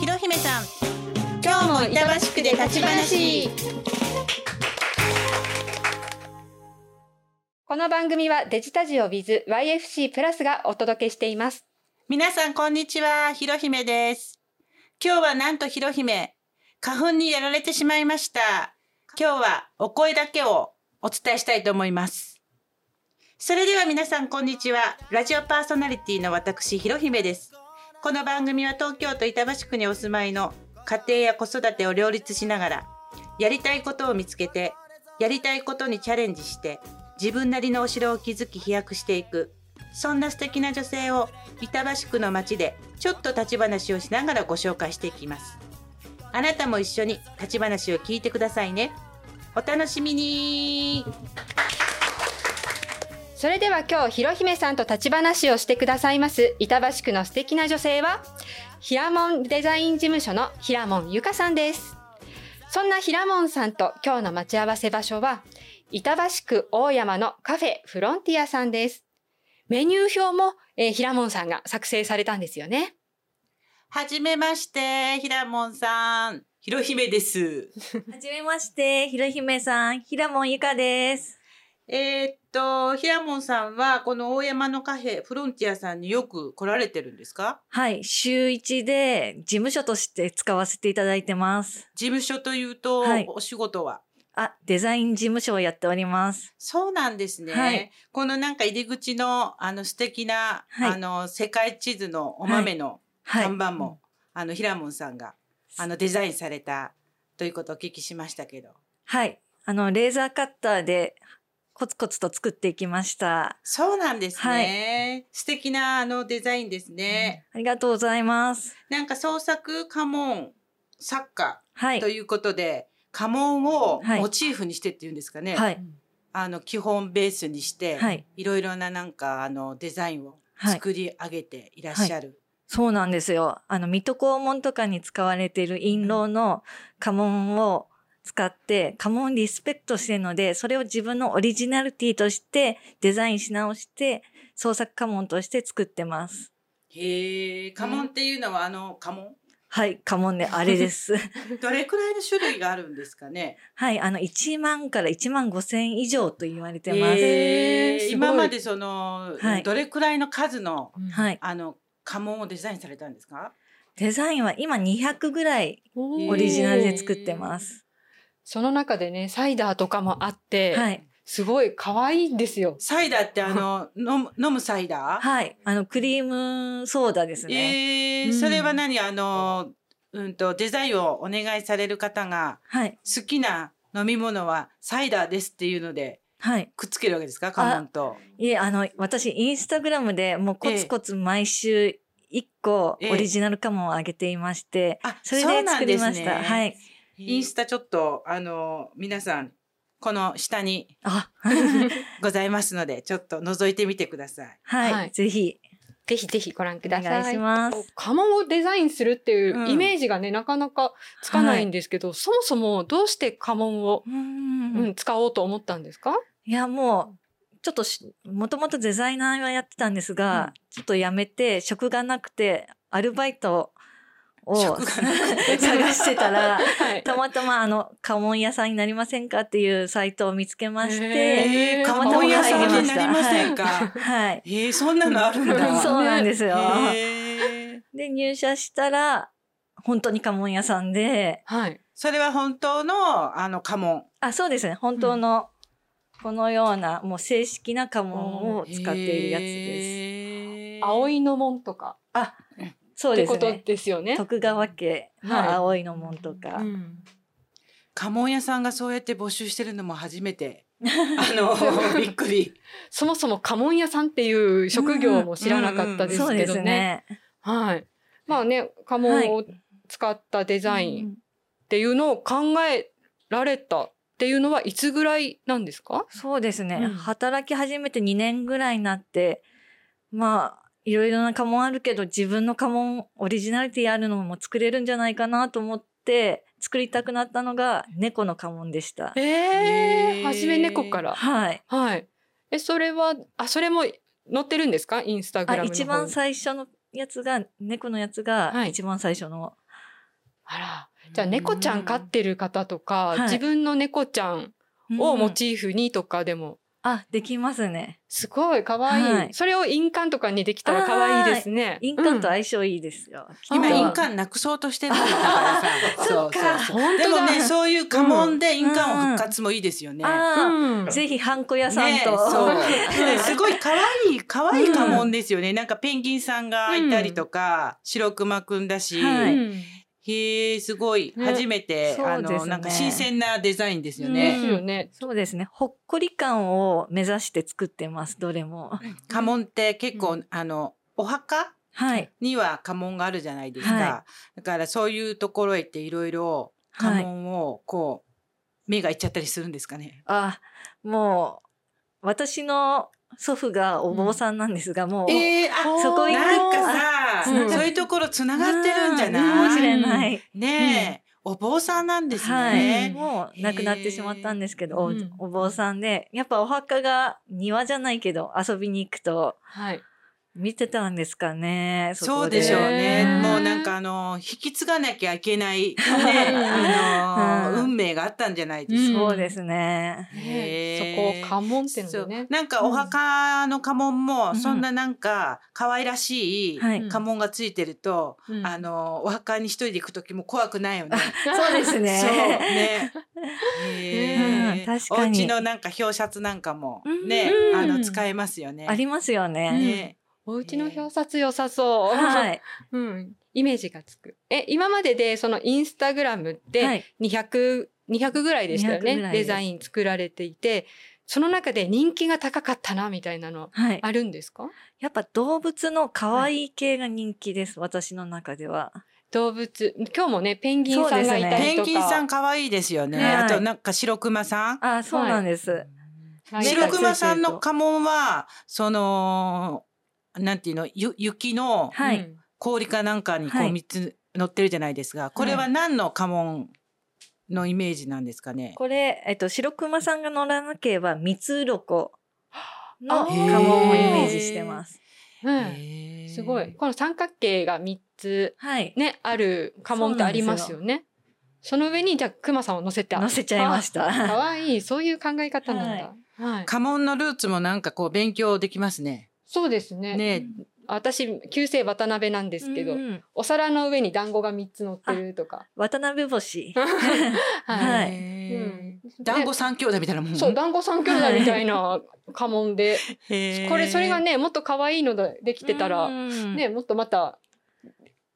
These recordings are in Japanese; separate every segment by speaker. Speaker 1: ひろひめさん今日も板橋区で立ち話
Speaker 2: この番組はデジタジオ with YFC プラスがお届けしています。
Speaker 1: 皆さんこんにちはひろひめです今日はなんとひろひめ花粉にやられてしまいました今日はお声だけをお伝えしたいと思いますそれでは皆さんこんにちはラジオパーソナリティの私ひろひめですこの番組は東京都板橋区にお住まいの家庭や子育てを両立しながらやりたいことを見つけてやりたいことにチャレンジして自分なりのお城を築き飛躍していくそんな素敵な女性を板橋区の街でちょっと立ち話をしながらご紹介していきますあなたも一緒に立ち話を聞いてくださいねお楽しみに
Speaker 2: それでは今日、ひろひめさんと立ち話をしてくださいます、板橋区の素敵な女性は、ひらもんデザイン事務所のひらもんゆかさんです。そんなひらもんさんと今日の待ち合わせ場所は、板橋区大山のカフェフロンティアさんです。メニュー表も、えーひらもんさんが作成されたんですよね。
Speaker 1: はじめましてひらもんさんひろひめです
Speaker 3: はじめまして、ひろひめさん、ひらもんゆかです。
Speaker 1: えーっと、ひらもんさんは、この大山のカフェ、フロンティアさんによく来られてるんですか
Speaker 3: はい、週1で事務所として使わせていただいてます。
Speaker 1: 事務所というと、
Speaker 3: はい
Speaker 1: お仕事は。
Speaker 3: あ、デザイン事務所をやっております。
Speaker 1: そうなんですね。
Speaker 3: はい
Speaker 1: このなんか入り口の、あの素敵な、
Speaker 3: はい
Speaker 1: あの世界地図のお豆の
Speaker 3: はい。
Speaker 1: 看板も、あのひらもんさんが、あのデザインされたということをお聞きしましたけど。
Speaker 3: はい。あの、レーザーカッターでコツコツと作っていきました。
Speaker 1: そうなんですね。素敵なあのデザインですね。
Speaker 3: ありがとうございます。
Speaker 1: なんか創作家紋作家
Speaker 3: はい
Speaker 1: と。いうことで家紋を
Speaker 3: はい
Speaker 1: モチーフにしてっていうんですかね、
Speaker 3: はい。
Speaker 1: あの基本ベースにして、、
Speaker 3: はいい。
Speaker 1: ろいろななんかあのデザインを
Speaker 3: はい。
Speaker 1: 作り上げていらっしゃる、
Speaker 3: そうなんですよ。あの、水戸黄門とかに使われている印籠の家紋を使って、家紋リスペクトしてるので、それを自分のオリジナリティとしてデザインし直して、創作家紋として作ってます。
Speaker 1: へえ家紋っていうのはあの家紋
Speaker 3: はい、家紋であれです。
Speaker 1: どれくらいの種類があるんですかね
Speaker 3: はい、あの、1万から1万5千以上と言われてます。
Speaker 1: へ
Speaker 2: へー
Speaker 1: ー
Speaker 2: すごい
Speaker 1: 今までその、
Speaker 3: はい
Speaker 1: どれくらいの数の
Speaker 3: はい。
Speaker 1: あの家紋をデザインされたんですか
Speaker 3: デザインは今200ぐらいオリジナルで作ってます。
Speaker 2: その中でね、サイダーとかもあって、
Speaker 3: はい。
Speaker 2: すごい可愛いんですよ。
Speaker 1: サイダーってあの飲む飲むサイダー、
Speaker 3: はい。あの、クリームソーダですね。
Speaker 1: ええ
Speaker 2: うん
Speaker 1: それは何あの、うんと、デザインをお願いされる方が、
Speaker 3: はい。
Speaker 1: 好きな飲み物はサイダーですっていうので、
Speaker 3: はい。
Speaker 1: くっつけるわけですかカモンと。
Speaker 3: いえ、あの、私、インスタグラムでもうコツコツ毎週1個
Speaker 1: ええ
Speaker 3: オリジナルカモンをあげていまして、
Speaker 1: あ、。
Speaker 3: それで作りました。はいい。
Speaker 1: インスタちょっと、あの、皆さん、この下に
Speaker 3: あ、
Speaker 1: ございますので、ちょっと覗いてみてください。
Speaker 3: はい、
Speaker 2: はい
Speaker 3: ぜひ、
Speaker 2: ぜひぜひご覧く
Speaker 3: お
Speaker 2: ださい。
Speaker 3: 願いします。
Speaker 2: 家紋をデザインするってい
Speaker 1: うん
Speaker 2: うイメージがね、なかなかつかないんですけど、そもそもどうして家紋を、
Speaker 3: うー
Speaker 2: うんん、使おうと思ったんですか、
Speaker 3: いや、もう、ちょっとし、もともとデザイナーはやってたんですが、
Speaker 1: うん
Speaker 3: ちょっとやめて、職がなくて、アルバイトを
Speaker 1: 食
Speaker 3: 探
Speaker 1: がな くて
Speaker 3: してたら、
Speaker 2: はい
Speaker 3: たまたまあの、家紋屋さんになりませんかっていうサイトを見つけまし
Speaker 2: え
Speaker 3: て、
Speaker 1: えー、
Speaker 3: た
Speaker 1: カ
Speaker 3: ま
Speaker 1: モ
Speaker 3: たま
Speaker 1: ン屋さん
Speaker 3: 入りま
Speaker 1: に
Speaker 3: した
Speaker 1: なりませんか、
Speaker 3: はい。
Speaker 1: えー、そんなのあるんだ。
Speaker 3: そうなんですよ。
Speaker 1: へー
Speaker 3: で、入社したら、本当に家紋屋さんで、
Speaker 2: はい。
Speaker 1: それは本当の、あの、家紋。
Speaker 3: あ、そうですね、本当の、このような、もう正式な家紋を使っているやつです。
Speaker 1: です
Speaker 2: 葵の紋とか、
Speaker 3: あ、そう
Speaker 2: っ
Speaker 3: で
Speaker 2: て
Speaker 3: す
Speaker 2: こと
Speaker 3: ね。
Speaker 2: ですよね。
Speaker 3: 徳川家
Speaker 2: はい
Speaker 3: の葵の門とか。
Speaker 2: うん
Speaker 1: 家紋屋さんがそうやって募集してるのも初め てあのびっくり
Speaker 2: そもそも家紋屋さんっていう職業も知らなかったです
Speaker 3: そう
Speaker 2: け
Speaker 3: で
Speaker 2: ど
Speaker 3: す
Speaker 2: ね。
Speaker 3: ね。
Speaker 2: はい。まあね、家紋を使ったデザイン
Speaker 3: うん
Speaker 2: っていうのを考えられたっていうのはいつぐらいなんですか
Speaker 3: そうですね、
Speaker 2: うん
Speaker 3: 働き始めて2年ぐらいになって、まあ、いろいろな家紋あるけど、自分の家紋、オリジナリティあるのも作れるんじゃないかなと思って、作りたくなったのが猫の家紋でした。
Speaker 2: え
Speaker 1: へー
Speaker 2: えはじめ猫から。
Speaker 3: はい。
Speaker 2: はい。え、それは、あ、それも載ってるんですかインスタグ
Speaker 3: あ
Speaker 2: ラムの方に
Speaker 3: 一番最初のやつが、猫のやつが
Speaker 2: はい
Speaker 3: 一番最初の
Speaker 2: あら。じゃあ猫ちゃん飼ってる方とか、
Speaker 3: はい
Speaker 2: 自分の猫ちゃんをモチーフにとかでも、
Speaker 3: あ、できますね。
Speaker 2: すごい可愛い
Speaker 3: はい
Speaker 2: それを印鑑とかにできたら可愛いですね。
Speaker 3: 印鑑と
Speaker 2: うん
Speaker 3: 相性いいですよ。
Speaker 1: 今
Speaker 2: うん
Speaker 1: 印鑑なくそうとしてるんだからさ
Speaker 3: そっか
Speaker 1: そうそう
Speaker 2: 本
Speaker 1: で
Speaker 2: 当
Speaker 1: も
Speaker 2: だ。
Speaker 1: ねそういう家紋で印鑑を復活もいいですよね、
Speaker 3: あ
Speaker 2: うん
Speaker 3: あ、ぜひハンコ屋さん
Speaker 1: ねえ
Speaker 3: と。
Speaker 1: そう
Speaker 3: ん
Speaker 1: すごい可愛い可愛い家紋ですよね、なんかペンギンさんがいたりとか、白熊くんだし、
Speaker 3: はい
Speaker 2: うん
Speaker 1: へえすごい、
Speaker 2: ね
Speaker 1: 初めて、
Speaker 3: そう
Speaker 1: あ
Speaker 3: です
Speaker 1: の
Speaker 3: ね
Speaker 1: なんか新鮮なデザインですよ
Speaker 2: で
Speaker 1: ね、
Speaker 2: すよね。
Speaker 3: そうですね。ほっこり感を目指して作ってます、どれも。
Speaker 1: 家紋って結構、
Speaker 2: う
Speaker 1: あのお墓
Speaker 3: はい。
Speaker 1: には家紋があるじゃないですか、
Speaker 3: は
Speaker 1: だからそういうところへ行っていろいろ家
Speaker 3: はい。
Speaker 1: 紋をこう目がいっちゃったりするんですかね、
Speaker 3: あ、もう、私の祖父がお坊さんなんですが、もう、
Speaker 1: えー、あ
Speaker 3: そこ行く
Speaker 1: なん
Speaker 3: あ
Speaker 1: かさ、
Speaker 2: うん
Speaker 1: そういうところつながってるんじゃ
Speaker 3: うかも
Speaker 1: な
Speaker 3: し
Speaker 1: い、
Speaker 3: れない。
Speaker 1: ねえ、お坊さんなんですね、
Speaker 3: はい。
Speaker 2: うん
Speaker 3: もう亡くなってしまったんですけど、お
Speaker 2: うん
Speaker 3: お坊さんで、やっぱお墓が庭じゃないけど遊びに行くと
Speaker 2: はい。
Speaker 3: 見てたんですかね。
Speaker 1: そう
Speaker 3: こ
Speaker 1: でしょうね。
Speaker 2: ね
Speaker 1: もうなんかあの、引き継がなきゃいけ ない、ね、あの
Speaker 3: うん
Speaker 1: 運命があったんじゃないです
Speaker 2: うん
Speaker 1: か。
Speaker 3: そうですね。
Speaker 2: ね
Speaker 1: へー
Speaker 2: そこを家紋って
Speaker 1: そ
Speaker 2: の
Speaker 1: う
Speaker 2: でね。
Speaker 1: なんかお墓の家紋も、
Speaker 3: うん
Speaker 1: そんななんか可愛らしい
Speaker 3: はい
Speaker 2: うん
Speaker 1: 家紋がついてると、
Speaker 2: う ん
Speaker 1: あの、お墓に一人で行く時も怖くないよね。
Speaker 3: そうです
Speaker 1: そう
Speaker 3: ね。
Speaker 1: ね。へー
Speaker 3: うん確かに
Speaker 1: お家のなんか表札なんかも
Speaker 3: うん
Speaker 1: ね、
Speaker 2: うん
Speaker 1: あの、使えますよね。
Speaker 3: ありますよね。
Speaker 1: ね。
Speaker 2: お家の表札良さそう。
Speaker 3: はい。
Speaker 2: うん。イメージがつく。え、今まででそのインスタグラムって、
Speaker 3: はい、
Speaker 2: 200、200ぐらいでしたよ
Speaker 3: 200ぐら
Speaker 2: ね。
Speaker 3: いで
Speaker 2: デ
Speaker 3: す
Speaker 2: ザイン作られていて、その中で人気が高かったな、みたいなの、
Speaker 3: はい。
Speaker 2: あるんですか
Speaker 3: やっぱ動物の可愛い系が人気です、私の中では。
Speaker 2: 動物。今日もね、ペンギンさんがいたりとか。
Speaker 1: ペンギンさん可愛いですよね。
Speaker 3: はい
Speaker 1: あとなんか白熊さん。
Speaker 3: あ、そうなんです。
Speaker 2: はい
Speaker 1: 白熊さんの家紋は、その、なんていうの、ゆ雪の
Speaker 3: はい
Speaker 2: うん
Speaker 1: 氷かなんかにこ
Speaker 3: は
Speaker 1: う
Speaker 3: い
Speaker 1: 三つ乗ってるじゃないですが、これは何の家紋のイメージなんですかね。
Speaker 3: これ、えっと、白熊さんが乗らなければ、三つ鱗の
Speaker 2: あ
Speaker 3: 家
Speaker 2: ー
Speaker 3: 紋をイメージしてます。
Speaker 2: うん。
Speaker 1: へー
Speaker 2: すごい。。この三角形が3つ
Speaker 3: はい。
Speaker 2: ね、ある家紋ってありますよね。その上に、じゃあ、熊さんを乗せて。
Speaker 3: 乗せちゃいました。
Speaker 2: あ。 かわいい。そういう考え方なんだ。はい。
Speaker 1: 家紋のルーツもなんかこう勉強できますね。
Speaker 2: そうですね。
Speaker 1: ね
Speaker 2: 私、旧姓渡辺なんですけど、
Speaker 3: うんうん
Speaker 2: お皿の上に団子が3つ乗ってるとか。
Speaker 3: 渡辺 星。
Speaker 2: はい。
Speaker 3: い
Speaker 1: へー団子三兄弟みたいなもん。
Speaker 2: でそう、団子三兄弟みたいな家紋で。
Speaker 1: へー
Speaker 2: これ、それがね、もっと可愛いのでできてたら、
Speaker 3: うん
Speaker 2: ね、もっとまた、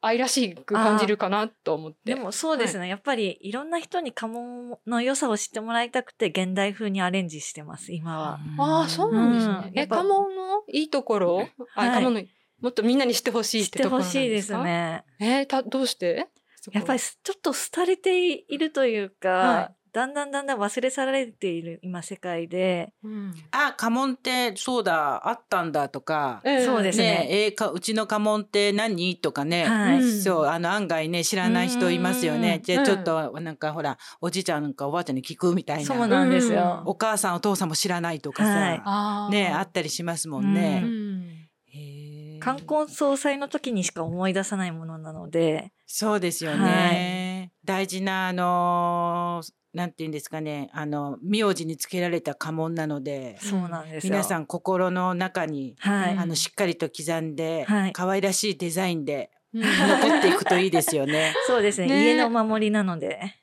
Speaker 2: 愛らしく感じるかなと思って。
Speaker 3: でもそうですね、やっぱりいろんな人に家紋の良さを知ってもらいたくて現代風にアレンジしてます今は。
Speaker 2: ああ、そうなんですね。
Speaker 3: うん
Speaker 2: え、家紋のいいところ、
Speaker 3: はい
Speaker 2: あ、家紋のもっとみんなに知ってほしい
Speaker 3: 知
Speaker 2: っ
Speaker 3: ってて
Speaker 2: ところな
Speaker 3: ほ
Speaker 2: んですか
Speaker 3: しいです。ね。
Speaker 2: えーた、どうして
Speaker 3: やっぱり
Speaker 2: そ
Speaker 3: すちょっと廃れているというか、
Speaker 2: は
Speaker 3: だんだんだんだん忘れ去られている今世界で、
Speaker 2: こ、うん
Speaker 1: あ、家紋ってそうだ、あったんだとか。
Speaker 2: えー
Speaker 3: そうです
Speaker 1: ね
Speaker 3: ね
Speaker 1: えーかうちの家紋って何とかね、
Speaker 3: はい、
Speaker 2: うん
Speaker 1: そうあの案外ね知らない人いますよ
Speaker 3: うんうん
Speaker 1: ね
Speaker 3: うん
Speaker 1: じゃあちょっとなんかほらおじいちゃんなんかおばあちゃんに聞くみたい
Speaker 3: そう
Speaker 1: な
Speaker 3: なんです
Speaker 2: うん
Speaker 3: よ。
Speaker 1: お母さんお父さんも知らないとか
Speaker 3: はい
Speaker 1: さ、
Speaker 2: あー
Speaker 1: ねあったりしますもん
Speaker 2: う
Speaker 1: ね。
Speaker 2: ん
Speaker 1: へー
Speaker 3: 冠婚葬祭の時にしか思い出さないものなので、
Speaker 1: そうですよね、大事なあのーなんて言うんですかねあの名字につけられた家紋なので
Speaker 3: そうなんですよ。
Speaker 1: 皆さん心の中に
Speaker 3: はい、
Speaker 1: あのしっかりと刻んで、
Speaker 3: はい
Speaker 1: 可愛らしいデザインで
Speaker 2: うん
Speaker 1: 残っていくといいですよね。
Speaker 3: そうですね
Speaker 2: ね
Speaker 3: 家のお守りなので、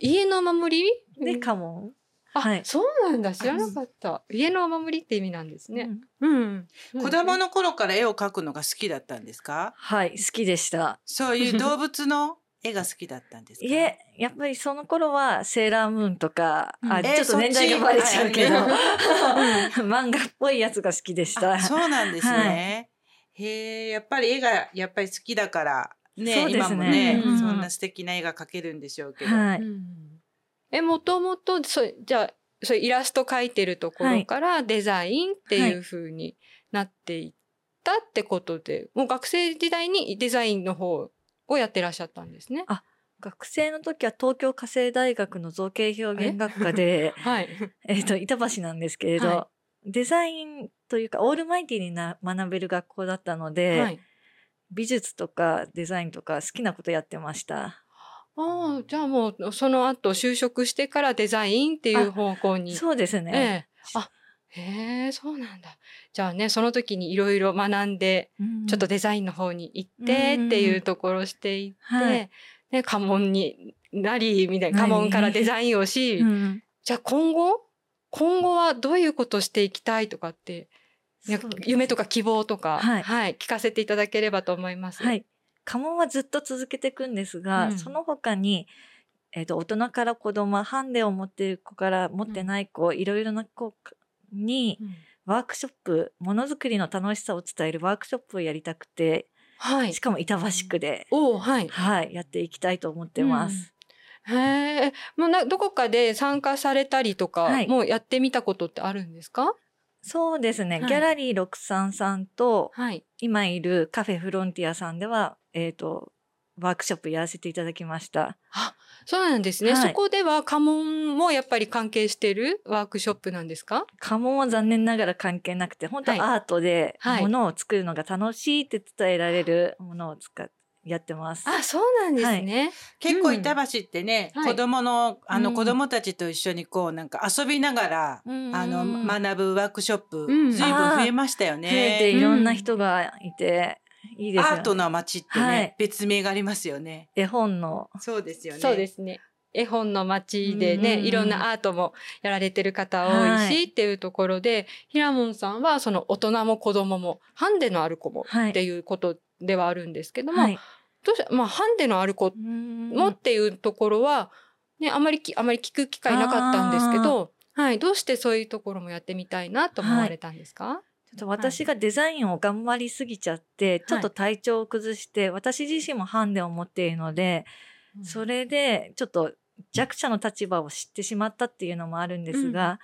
Speaker 2: 家のお守り
Speaker 3: で家紋、
Speaker 2: あ、
Speaker 3: はい
Speaker 2: そうなんだ。知らなかった。家のお守りって意味なんですね。
Speaker 3: うん
Speaker 2: うん。
Speaker 1: 子供の頃から絵を描くのが好きだったんですか
Speaker 3: はい好きでした。
Speaker 1: そういう動物の絵が好きだったんですか
Speaker 3: いえ、やっぱりその頃はセーラームーンとか、
Speaker 2: う
Speaker 3: あ、
Speaker 2: ん
Speaker 3: ちょっと年代がバレちゃうけど、 漫画っぽいやつが好きでした。
Speaker 1: あそうなんですね。へえ、やっぱり絵がやっぱり好きだから、ね、
Speaker 3: そうで
Speaker 1: 今
Speaker 3: すね
Speaker 1: もね、
Speaker 2: うん
Speaker 1: そんな素敵な絵が描けるんでしょうけど。
Speaker 3: は
Speaker 2: う
Speaker 3: い。
Speaker 2: んえ、もともと、そうじゃあ、そうイラスト描いてるところからデザインっていう風になっていったってことで、もう学生時代にデザインの方をやってらっしゃったんですね。
Speaker 3: 学生の時は東京家政大学の造形表現学科で、
Speaker 2: はい。
Speaker 3: えっと、板橋なんですけれど、
Speaker 2: は
Speaker 3: デザインというか、オールマイティにな学べる学校だったので、
Speaker 2: はい。
Speaker 3: 美術とかデザインとか好きなことやってました。
Speaker 2: ああ、じゃあもう、その後就職してからデザインっていう方向に。
Speaker 3: そうです
Speaker 2: え
Speaker 3: ね。
Speaker 2: え。あ、へえ、そうなんだ。じゃあね、その時にいろいろ学んで、
Speaker 3: うん
Speaker 2: ちょっとデザインの方に行ってっていうところをしていって、
Speaker 3: はい
Speaker 2: ね、家紋になり、みたいな、
Speaker 3: な
Speaker 2: 家
Speaker 3: り
Speaker 2: 紋からデザインをし、
Speaker 3: うん
Speaker 2: じゃあ今後今後はどういうことをしていきたいとかって、ね
Speaker 3: そうです
Speaker 2: 夢とか希望とか、
Speaker 3: はい
Speaker 2: 聞かせていただければと思います。
Speaker 3: はい。家紋はずっと続けていくんですが、
Speaker 2: うん
Speaker 3: その他に、えっ、と、大人から子供、ハンデを持ってる子から持ってない子、いろいろな子に
Speaker 2: うん
Speaker 3: ワークショップ、ものづくりの楽しさを伝えるワークショップをやりたくて、
Speaker 2: はい
Speaker 3: し。かも板橋区で、
Speaker 2: おうはい。
Speaker 3: はい、やっていきたいと思ってます。
Speaker 2: うん。へえ、もうなどこかで参加されたりとか、
Speaker 3: はい
Speaker 2: もうやってみたことってあるんですか？
Speaker 3: そうですね、
Speaker 2: はい
Speaker 3: ギャラリー633と、
Speaker 2: はい。
Speaker 3: 今いるカフェフロンティアさんでは、えっ、と、ワークショップやらせていただきました。
Speaker 2: そうなんですね。
Speaker 3: は
Speaker 2: そ
Speaker 3: い
Speaker 2: こでは家紋もやっぱり関係してるワークショップなんですか？
Speaker 3: 家紋は残念ながら関係なくて、本当
Speaker 2: はい
Speaker 3: アートで
Speaker 2: はい
Speaker 3: 物を作るのが楽しいって伝えられるものを使っやってます。
Speaker 2: あ、そうなんですね。
Speaker 1: 結構板橋ってね、
Speaker 2: はい
Speaker 1: 子供の、あ
Speaker 2: う
Speaker 1: の
Speaker 2: ん
Speaker 1: 子供たちと一緒にこうなんか遊びながら、
Speaker 2: うん
Speaker 1: あの、学ぶワークショップ、
Speaker 2: うん
Speaker 1: 随分増えましたよ
Speaker 3: 増えて
Speaker 1: ね。
Speaker 3: いろんな人がいて、いいですよ
Speaker 1: ア
Speaker 3: ね。
Speaker 1: ートの街ってね、
Speaker 3: はい
Speaker 1: 別名がありますよね。
Speaker 3: 絵本の、
Speaker 1: そうですよね。
Speaker 2: そうですね。絵本の街でね、
Speaker 3: うんうんうん
Speaker 2: いろんなアートもやられてる方多いし、
Speaker 3: はい
Speaker 2: っていうところで、ひらもんさんはその大人も子供も、ハンデのある子も
Speaker 3: はい
Speaker 2: っていうことではあるんですけども、
Speaker 3: はい。
Speaker 2: どうしまあ、ハンデのある子も
Speaker 3: も
Speaker 2: っていうところは、ね、あまりき、あまり聞く機会なかったんですけど、はい、どうしてそういうところもやってみたいなと思われたんですか、
Speaker 3: ちょっと私がデザインを頑張りすぎちゃって、ちょっと体調を崩して、私自身もハンデを持っているので、それでちょっと弱者の立場を知ってしまったっていうのもあるんですが、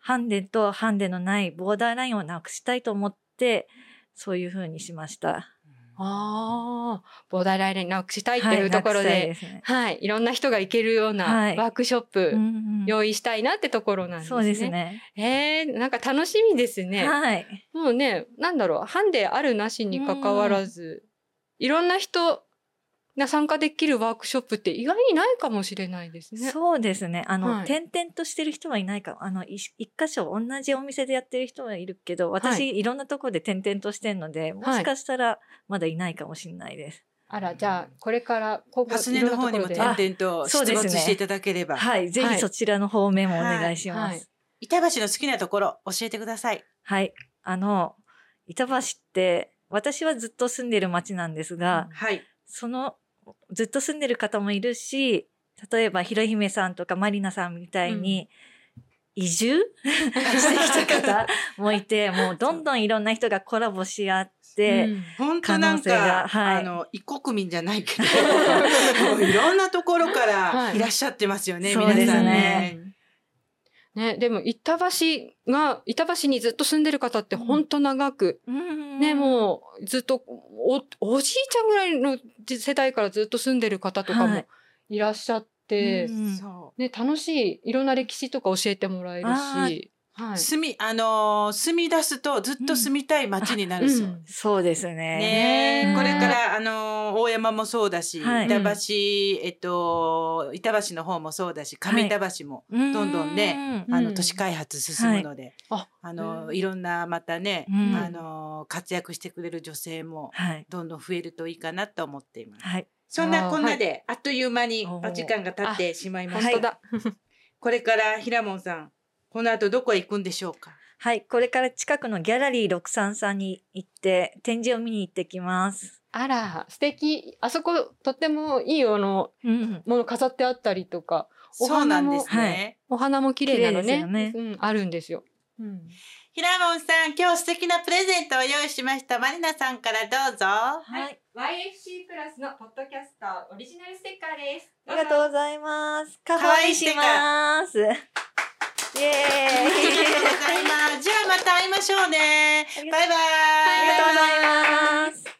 Speaker 3: ハンデとハンデのないボーダーラインをなくしたいと思って、そういうふうにしました。
Speaker 2: ああ、ボーダーラインなくしたいって
Speaker 3: はい
Speaker 2: いうところで、
Speaker 3: な
Speaker 2: は
Speaker 3: くしたい
Speaker 2: い、
Speaker 3: すね
Speaker 2: い、ろんな人が行けるような
Speaker 3: はい
Speaker 2: ワークショップ、
Speaker 3: うんうん
Speaker 2: 用意したいなってところなんですね。
Speaker 3: そうですね。
Speaker 2: へえなんか楽しみですね。
Speaker 3: はい。
Speaker 2: もうね、なんだろう、ハンデあるなしに関わらず、いろんな人が参加できるワークショップって意外にないかもしれないですね。
Speaker 3: そうですね。あの、
Speaker 2: はい
Speaker 3: 転々としてる人はいないかも。あの、い一箇所同じお店でやってる人はいるけど、私、、
Speaker 2: はい
Speaker 3: ろんなところで転々としてるので、もしかしたらまだいないかもしれないです。
Speaker 2: あら、じゃあ、これから、ここ
Speaker 1: パスネの方にも
Speaker 2: い
Speaker 1: 点
Speaker 2: ろんなところで
Speaker 1: 々と
Speaker 3: あそう
Speaker 1: 出
Speaker 3: です
Speaker 1: 没
Speaker 3: ね
Speaker 1: していただければ、
Speaker 3: はい。ぜ
Speaker 2: はい
Speaker 3: ひそちらの方面もお願いします。
Speaker 2: はいはい
Speaker 1: 板橋の好きなところ教えてください。
Speaker 3: はい。あの、板橋って、私はずっと住んでる町なんですが、
Speaker 1: はい。
Speaker 3: その、ずっと住んでる方もいるし、例えば、ひろひめさんとかまりなさんみたいに、移住してきた方もいて、もうどんどんいろんな人がコラボし合って、
Speaker 2: うん
Speaker 1: 本当なん
Speaker 3: 可能性
Speaker 1: か、
Speaker 3: がはい
Speaker 1: あの異国民じゃないけどもういろんなところから
Speaker 2: はい
Speaker 1: いらっしゃってますよね、
Speaker 3: そう
Speaker 1: 皆
Speaker 3: です
Speaker 1: さん
Speaker 3: ね
Speaker 1: ね。。
Speaker 2: ね、でも、板橋が、板橋にずっと住んでる方ってほんと長く、ね、
Speaker 3: ね
Speaker 2: もう、ずっと、お、おじいちゃんぐらいの世代からずっと住んでる方とか
Speaker 3: は
Speaker 2: も
Speaker 3: い
Speaker 2: いらっしゃっ
Speaker 3: う
Speaker 2: て、
Speaker 3: ん
Speaker 1: そ
Speaker 2: ね、楽しい、いろんな歴史とか教えてもらえる
Speaker 3: あ
Speaker 2: し、は
Speaker 1: う
Speaker 2: い。
Speaker 1: 住みあのー住み出すとずっと住みたい街になるそう。
Speaker 2: うん
Speaker 3: そうですね。
Speaker 1: ね
Speaker 3: ね
Speaker 1: えこれから、あのー大山もそうだし、
Speaker 3: はい
Speaker 1: 板橋、えっと、板橋の方もそうだし、上板橋も、
Speaker 3: ど
Speaker 1: どんどんね
Speaker 2: うん
Speaker 1: あの、都市開発進むので、
Speaker 2: はいあ
Speaker 1: あの
Speaker 2: う
Speaker 1: ー
Speaker 2: ん
Speaker 1: いろんな、またね、
Speaker 3: うん
Speaker 1: あのー活躍してくれる女性も、
Speaker 3: はい。
Speaker 1: どんどん増えるといいかなと思っています。
Speaker 3: はい。
Speaker 1: そん
Speaker 2: あー
Speaker 1: なこん
Speaker 2: は
Speaker 1: ないで、あっという間に
Speaker 3: お
Speaker 1: お
Speaker 3: ー
Speaker 1: 時間が経ってしまいまし
Speaker 2: 本
Speaker 1: た。
Speaker 2: 当だ。
Speaker 1: これから、ひらもんさん、この後どこへ行くんでしょうか
Speaker 3: はい。これから近くのギャラリー633に行って、展示を見に行ってきます。
Speaker 2: あら、素敵。あそこ、とってもいいあの、
Speaker 3: うん。
Speaker 2: もの飾ってあったりとか、お
Speaker 1: そうな
Speaker 2: 花
Speaker 1: ん
Speaker 2: も
Speaker 1: ですね。
Speaker 2: お花も綺麗なの
Speaker 3: 綺麗です
Speaker 2: ね
Speaker 3: よね
Speaker 2: うん、あるんですよ。うん
Speaker 1: ひらもんさん、今日素敵なプレゼントを用意しました。まりなさんからどうぞ。
Speaker 3: はい。
Speaker 2: YFC プラスのポッドキャスターオリジナルステッカーです。
Speaker 3: ありがとうございます。カファイします。イエー
Speaker 1: ありがとうござ
Speaker 3: イ。
Speaker 1: います。じゃあまた会いましょうね
Speaker 3: あり。が
Speaker 1: バイバイ。
Speaker 3: ありがとうございます。